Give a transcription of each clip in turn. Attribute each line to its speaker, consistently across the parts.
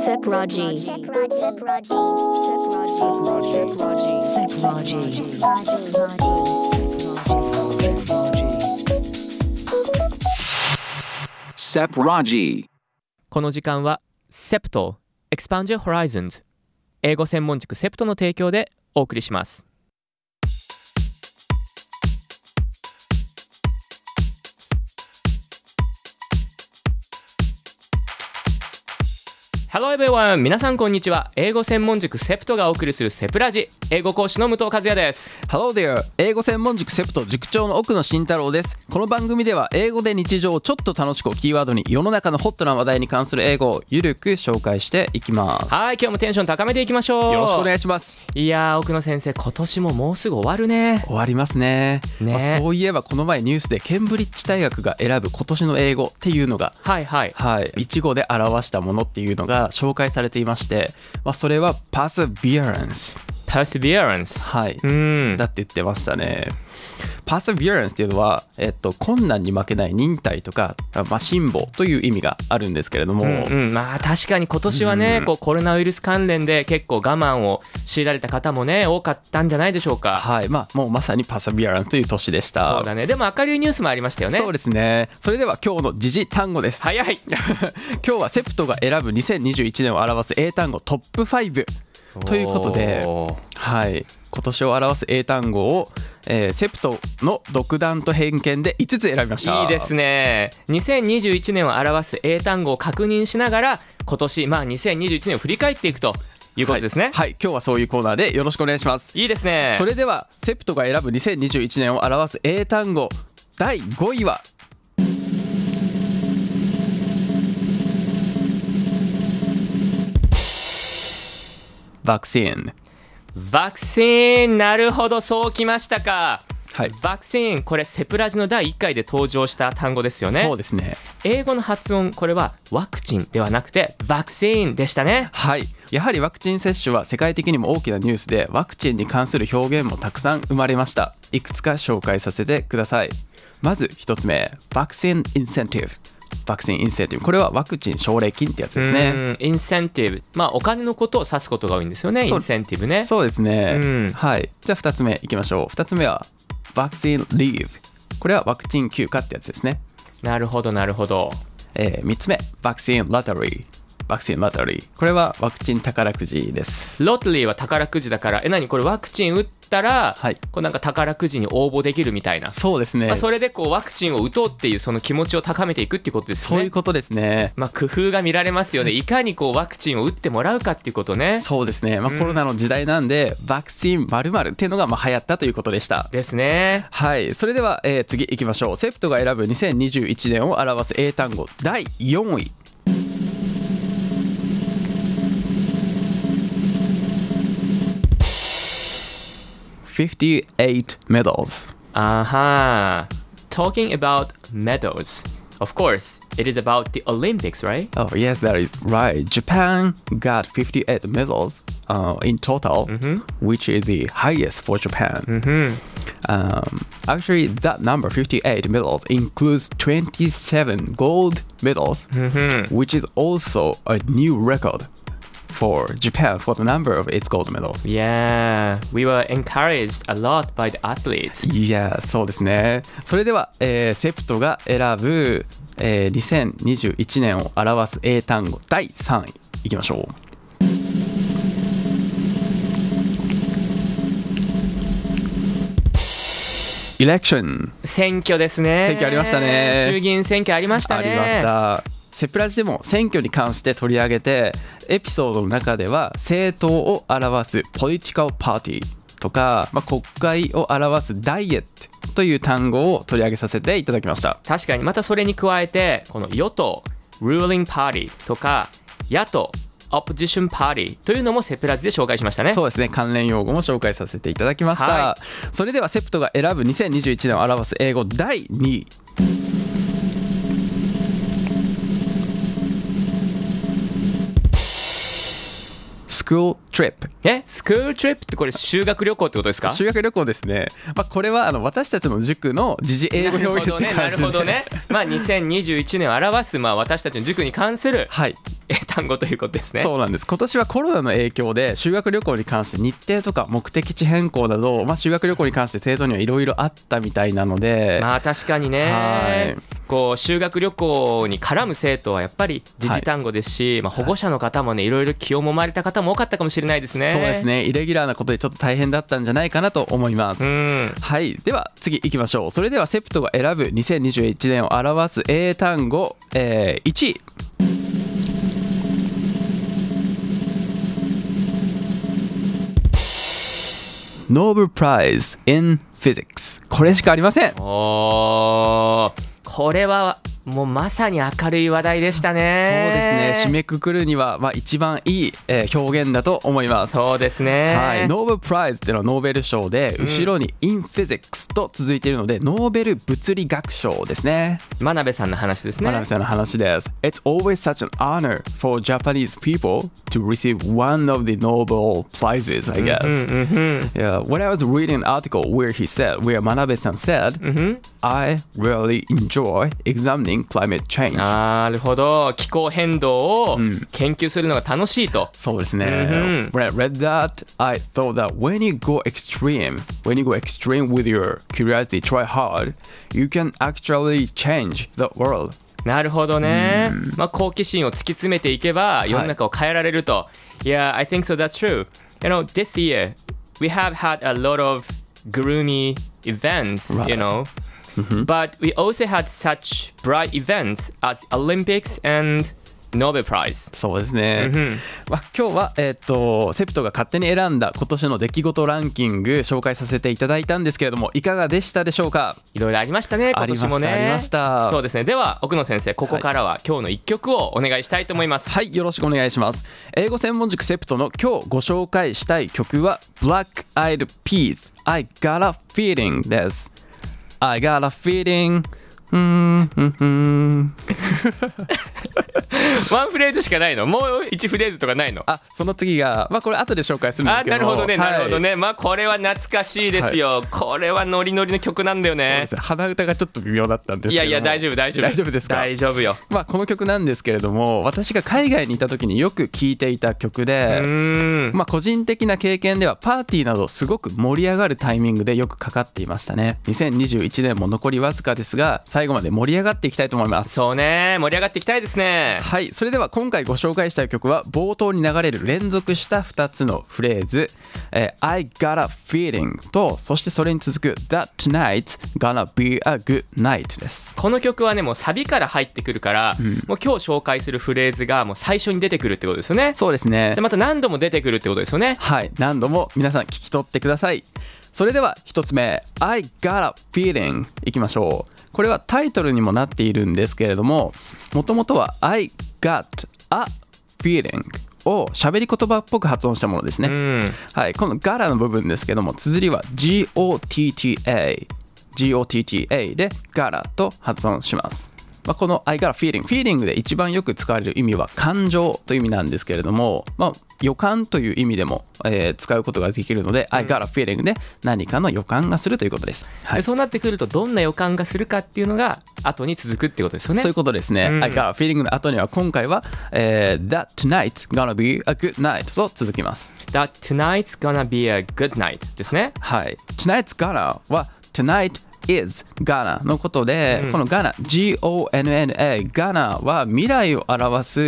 Speaker 1: Sepraji.
Speaker 2: Sepraji.
Speaker 1: Sepraji. Sepraji. Sepraji.
Speaker 3: Sepraji.
Speaker 4: この時間は SEPT Expand Your Horizons 英語専門塾 SEPT の提供でお送りしますハローエブリワン皆さんこんにちは英語専門塾 SEPT がお送りするセプラジ英語講師の武藤和也です
Speaker 5: Hello there! 英語専門塾セプト塾長の奥野慎太郎です。この番組では英語で日常をちょっと楽しくをキーワードに世の中のホットな話題に関する英語をゆるく紹介していきます。
Speaker 4: はい今日もテンション高めていきましょう
Speaker 5: よろしくお願いします。
Speaker 4: いやー奥野先生今年ももうすぐ終わるね
Speaker 5: 終わりますね。
Speaker 4: ね
Speaker 5: まあそういえばこの前ニュースでケンブリッジ大学が選ぶ今年の英語っていうのが
Speaker 4: はいはい
Speaker 5: はい、一語で表したものっていうのが紹介されていまして、まあ、それは perseverance、
Speaker 4: perseverance
Speaker 5: はい、
Speaker 4: う ん
Speaker 5: だって言ってましたね。perseverance っていうのは、えっと、困難に負けない忍耐とか、あまあ、辛抱という意味があるんですけれども、
Speaker 4: うんうん、まあ確かに今年はね、こうコロナウイルス関連で結構我慢を強いられた方もね多かったんじゃないでしょうか、
Speaker 5: はい、まあ、もうまさに perseverance という年でした。
Speaker 4: そうだねでも明るいニュースもありましたよね
Speaker 5: そうですね。それでは今日の時事単語です。
Speaker 4: 早い
Speaker 5: 今日はセプトが選ぶ2021年を表す英単語トップ5ということで、
Speaker 4: おー
Speaker 5: はい、今年を表す英単語を、えーセプトの独断と偏見で5つ選びました。
Speaker 4: いいですね2021年を表す英単語を確認しながら今年まあ2021年を振り返っていくということですね、い
Speaker 5: はい、今日はそういうコーナーでよろしくお願いします。
Speaker 4: いですね
Speaker 5: それではセプトが選ぶ2021年を表す英単語第5位はバクシン
Speaker 4: バクシンなるほどそうきましたか
Speaker 5: はい
Speaker 4: バクシンこれセプラジの第1回で登場した単語ですよね
Speaker 5: そうですね
Speaker 4: 英語の発音これはワクチンではなくてワクチンでしたね
Speaker 5: はいやはりワクチン接種は世界的にも大きなニュースでワクチンに関する表現もたくさん生まれましたいくつか紹介させてくださいまず1つ目バクシンインセンティブバクシンインセンティブこれはワクチン奨励金ってやつですね
Speaker 4: うんインセンティブまあお金のことを指すことが多いんですよねイ
Speaker 5: そう
Speaker 4: ンセンティブね
Speaker 5: そうですね、
Speaker 4: うん
Speaker 5: はいじゃあ2つ目いきましょう2つ目はワクチンリーブこれはワクチン休暇ってやつですね、
Speaker 4: なるほどなるほど
Speaker 5: え3つ目ワクチンラタリーワクチンラタリーこれはワクチン宝くじです
Speaker 4: ロトリーは宝くじだからえ何これワクチン打ったら、
Speaker 5: はい
Speaker 4: こうなんか宝くじに応募できるみたいな、
Speaker 5: そうですね、
Speaker 4: まあ、
Speaker 5: そ
Speaker 4: それでこうワクチンを打とうっていうその気持ちを高めていくっていうことですね
Speaker 5: ういうことですね
Speaker 4: まあ、工夫が見られますよねいかにこうワクチンを打ってもらうかっていうことね
Speaker 5: そうですね、まあ
Speaker 4: うん
Speaker 5: コロナの時代なんでワクチン〇〇っていうのがまあ流行ったということでした
Speaker 4: ですね
Speaker 5: はいそれでは、えー次いきましょうセプトが選ぶ2021年を表す英単語第4位58 medals
Speaker 4: Aha. Talking about medals. Of course, it is about the Olympics, right?
Speaker 5: Oh, yes, that is right. Japan got 58 medals uh, in total, which is the highest for Japan. Um, actually, that number, 58 medals, includes 27 gold medals, which is also a new record for Japan for the number of its gold medals.
Speaker 4: Yeah, we were encouraged a lot by the athletes.
Speaker 5: いやーそうですねそれでは、えーセプトが選ぶ、えー2021年を表す英単語第3位いきましょう Election
Speaker 4: 選挙ですね。
Speaker 5: 選挙ありましたね
Speaker 4: 衆議院選挙ありました
Speaker 5: あ
Speaker 4: ね。
Speaker 5: りましたセプラジでも選挙に関して取り上げてエピソードの中では政党を表すポリティカルパーティーとか、まあ、国会を表すダイエットという単語を取り上げさせていただきました
Speaker 4: 確かに、またそれに加えて、この与党、ruling party とか、野党、opposition party というのもセプラズで紹介しましたね。
Speaker 5: そうですね関連用語も紹介させていただきました、
Speaker 4: は
Speaker 5: それではセプトが選ぶ2021年を表す英語第2位 School trip
Speaker 4: え、スクールトリップってこれ修学旅行ってことですか
Speaker 5: 修学旅行ですね、まあ、これはあの私たちの塾の時事英語
Speaker 4: なる
Speaker 5: 表
Speaker 4: ほ
Speaker 5: 現っ
Speaker 4: ど
Speaker 5: て
Speaker 4: ね、
Speaker 5: 感
Speaker 4: なる
Speaker 5: じで
Speaker 4: ほどね。まあ、2021年を表す、まあ、私たちの塾に関する
Speaker 5: はい
Speaker 4: えー単語ということですね。
Speaker 5: そうなんです今年はコロナの影響で修学旅行に関して日程とか目的地変更など、まあ、修学旅行に関して生徒にはいろいろあったみたいなので、
Speaker 4: まあ確かにね、
Speaker 5: はい
Speaker 4: こう修学旅行に絡む生徒はやっぱり時事単語ですし、まあ、保護者の方もねいろいろ気をもまれた方も多かったかもしれないですね。
Speaker 5: そうですねイレギュラーなことでちょっと大変だったんじゃないかなと思います。
Speaker 4: うん
Speaker 5: はいでは次いきましょうそれではセプトが選ぶ2021年を表す英単語、えー、1位ノーベルプライズ in physics これしかありません
Speaker 4: おーこれはもうまさに明るい話題でした
Speaker 5: そう
Speaker 4: ね。
Speaker 5: ですね締めくくるには、まあ、一番いい、えー表現だと思います
Speaker 4: そうですね。
Speaker 5: はい、ノーベルプライズっていうのはノーベル賞で、後ろに in physics と続いているのでノーベル物理学賞ですね
Speaker 4: 真鍋さんの話です
Speaker 5: 真
Speaker 4: ね
Speaker 5: 鍋。さんの話です。It's always such an honor for Japanese people to receive one of the Nobel Prizes, I guess.
Speaker 4: うんうん、
Speaker 5: Yeah, when I was reading an article where he said, where Manabe-san said, I really enjoy examining climate change.
Speaker 4: なるほど気候変動を研究するのが楽しいと。
Speaker 5: そうですね。
Speaker 4: Mhm.
Speaker 5: When I read that, I thought that when you go extreme, when you go extreme with your curiosity, try hard, you can actually change the world.
Speaker 4: なるほどね。まあ、好奇心を突き詰めていけば世の中を変えられると。Yeah, I think so. That's true. You know, this year we have had a lot of gloomy events, you
Speaker 5: Right.
Speaker 4: know. But we also had such bright events as Olympics and Nobel Prize.
Speaker 5: そうですね、
Speaker 4: うんうん
Speaker 5: まあ、今日は、えっとセプトが勝手に選んだ今年の出来事ランキング紹介させていただいたんですけれどもいかがでしたでしょうか
Speaker 4: いろいろありましたね、今年もね。
Speaker 5: ありましたありました
Speaker 4: そうですね。では、奥野先生、ここからは今日の一曲をお願いしたいと思います。
Speaker 5: はいよろしくお願いします英語専門塾セプトの今日ご紹介したい曲は Black Eyed Peas I Got a Feeling です I Got a Feeling うーんうんうん
Speaker 4: ワンフレーズしかないのもう一フレーズとかないの
Speaker 5: あその次がまあこれ後で紹介するんです
Speaker 4: あ
Speaker 5: けど
Speaker 4: なるほどね、
Speaker 5: はい
Speaker 4: なるほどねまあこれは懐かしいですよ、これはノリノリの曲なんだよ
Speaker 5: そう
Speaker 4: ね
Speaker 5: です鼻歌がちょっと微妙だったんですけど
Speaker 4: いやいや大丈夫大丈夫
Speaker 5: 大丈夫ですか
Speaker 4: 大丈夫よ
Speaker 5: まあ、この曲なんですけれども私が海外にいた時によく聴いていた曲
Speaker 4: う
Speaker 5: で、
Speaker 4: ーん
Speaker 5: まあ、個人的な経験ではパーティーなどすごく盛り上がるタイミングでよくかかっていましたね2021年も残りわずかですが最後まで盛り上がっていきたいと思います
Speaker 4: そうね盛り上がっていきたいですね
Speaker 5: はいそれでは今回ご紹介したい曲は冒頭に流れる連続した2つのフレーズ「えー I got a feeling」とそしてそれに続く「That tonight's gonna be a good night」です
Speaker 4: この曲はねもうサビから入ってくるから、もう今日紹介するフレーズがもう最初に出てくるってことですよね
Speaker 5: そうですね
Speaker 4: でまた何度も出てくるってことですよね
Speaker 5: はい、何度も皆さん聞き取ってください。それでは一つ目、I got a feeling いきましょう。これはタイトルにもなっているんですけれども、もともとは I got a feeling を喋り言葉っぽく発音したものですね。
Speaker 4: うん
Speaker 5: はい、この GOTA の部分ですけども、綴りは GOTTA。GOTTA で GOTA と発音します。まあ、この I got a feeling。feeling で一番よく使われる意味は感情という意味なんですけれども、まあ、予感という意味でも、えー使うことができるので、I got a feeling で何かの予感がするということです。は
Speaker 4: で
Speaker 5: い。
Speaker 4: そうなってくるとどんな予感がするかっていうのが後に続くってことですよね
Speaker 5: そういうことですね。
Speaker 4: うん
Speaker 5: I got a feeling の後には今回は、えー That tonight's gonna be a good night と続きます。
Speaker 4: That tonight's gonna be a good night ですね
Speaker 5: はい。Tonight's gonna は Tonight is gonna のことで、この gonna G-O-N-N-A gonna は未来を表す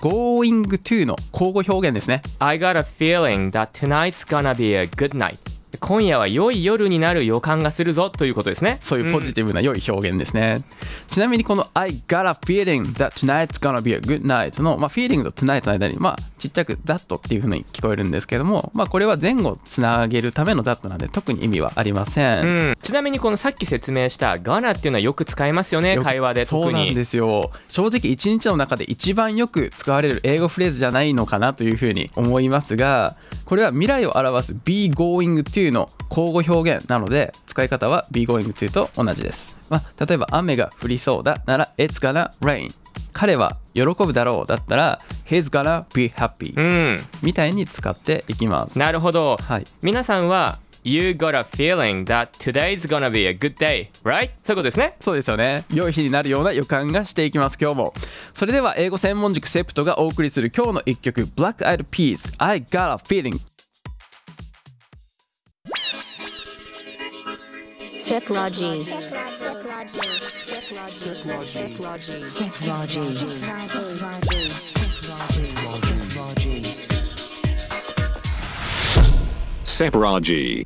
Speaker 5: going to の交互表現ですね。
Speaker 4: I got a feeling that tonight's gonna be a good night 今夜は良い夜になる予感がするぞということですね
Speaker 5: そういうポジ
Speaker 4: テ
Speaker 5: ティブな良い表現ですね。ちなみにこの I got a feeling that tonight's gonna be a good night の、まあ、feeling と tonight の間に、まあ、ちっちゃく that っていう風に聞こえるんですけども、まあ、これは前後つなげるための that なんで特に意味はありません。
Speaker 4: うん、ちなみにこのさっき説明した「gonna」っていうのはよく使いますよね
Speaker 5: よく
Speaker 4: 会話で
Speaker 5: そ
Speaker 4: 特
Speaker 5: うなん
Speaker 4: に
Speaker 5: ですよ正直一日の中で一番よく使われる英語フレーズじゃないのかなというふうに思いますがこれは未来を表す be going to の交互表現なので使い方は be going to と同じです、まあ、例えば雨が降りそうだなら it's gonna rain 彼は喜ぶだろうだったら he's gonna be happy
Speaker 4: うん
Speaker 5: みたいに使っていきます
Speaker 4: なるほど、
Speaker 5: はい
Speaker 4: 皆さんは you got a feeling that today's gonna be a good day, right? そういうことですね。
Speaker 5: そうですよね。良い日になるような予感がしていきます、今日も。それでは、英語専門塾セプトがお送りする今日の一曲、Black Eyed Peas I Got a Feeling。
Speaker 1: Technology. Technology. Technology.
Speaker 3: Sepraji.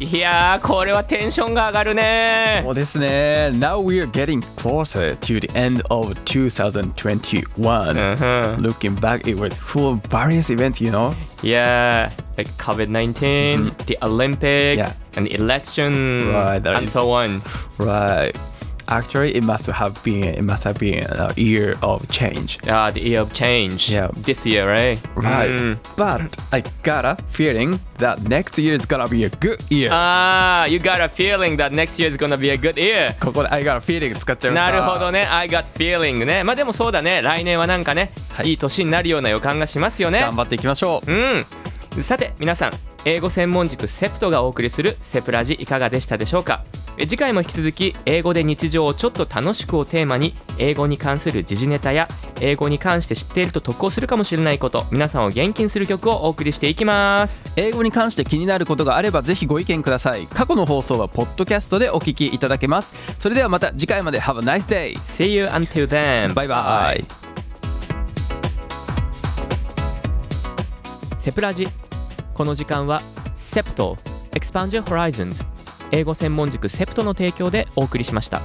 Speaker 4: いやー、これはテンションが上がるね
Speaker 5: そうですね。Now we are getting closer to the end of 2021.
Speaker 4: うんうん
Speaker 5: Looking back, it was full of various events, you know?
Speaker 4: Yeah, like COVID 19, the Olympics,
Speaker 5: Yeah.
Speaker 4: and the election,
Speaker 5: Right, that
Speaker 4: and
Speaker 5: is-
Speaker 4: so on.
Speaker 5: Right. Actually, it must have been, it must have been a year of change.
Speaker 4: Uh, the year of change
Speaker 5: Yeah.
Speaker 4: this year, right?
Speaker 5: Right.
Speaker 4: Mm.
Speaker 5: But I got a feeling that next year is gonna be a good year.
Speaker 4: Ah, you got a feeling that next year is gonna be a good year.
Speaker 5: ここで I got a feeling 使っちゃいまし
Speaker 4: な
Speaker 5: た。
Speaker 4: るほどね、I got feeling ね。まあでもそうだね、来年はなんかね、
Speaker 5: はい
Speaker 4: い、い年になるような予感がしますよね
Speaker 5: 頑。張っていきましょう。
Speaker 4: うん。さて、皆さん、英語専門塾セプトがお送りするセプラジいかがでしたでしょうかえ次回も引き続き、英語で日常をちょっと楽しくをテーマに、英語に関する時事ネタや、英語に関して知っていると得をするかもしれないこと、皆さんを元気にする曲をお送りしていきます。
Speaker 5: 英語に関して気になることがあればぜひご意見ください。過去の放送はポッドキャストでお聞きいただけます。それではまた次回まで Have a nice day!
Speaker 4: See you until then!
Speaker 5: バイバイ
Speaker 4: セプラジこの時間はセプト Expand Your Horizons 英語専門塾セプトの提供でお送りしました。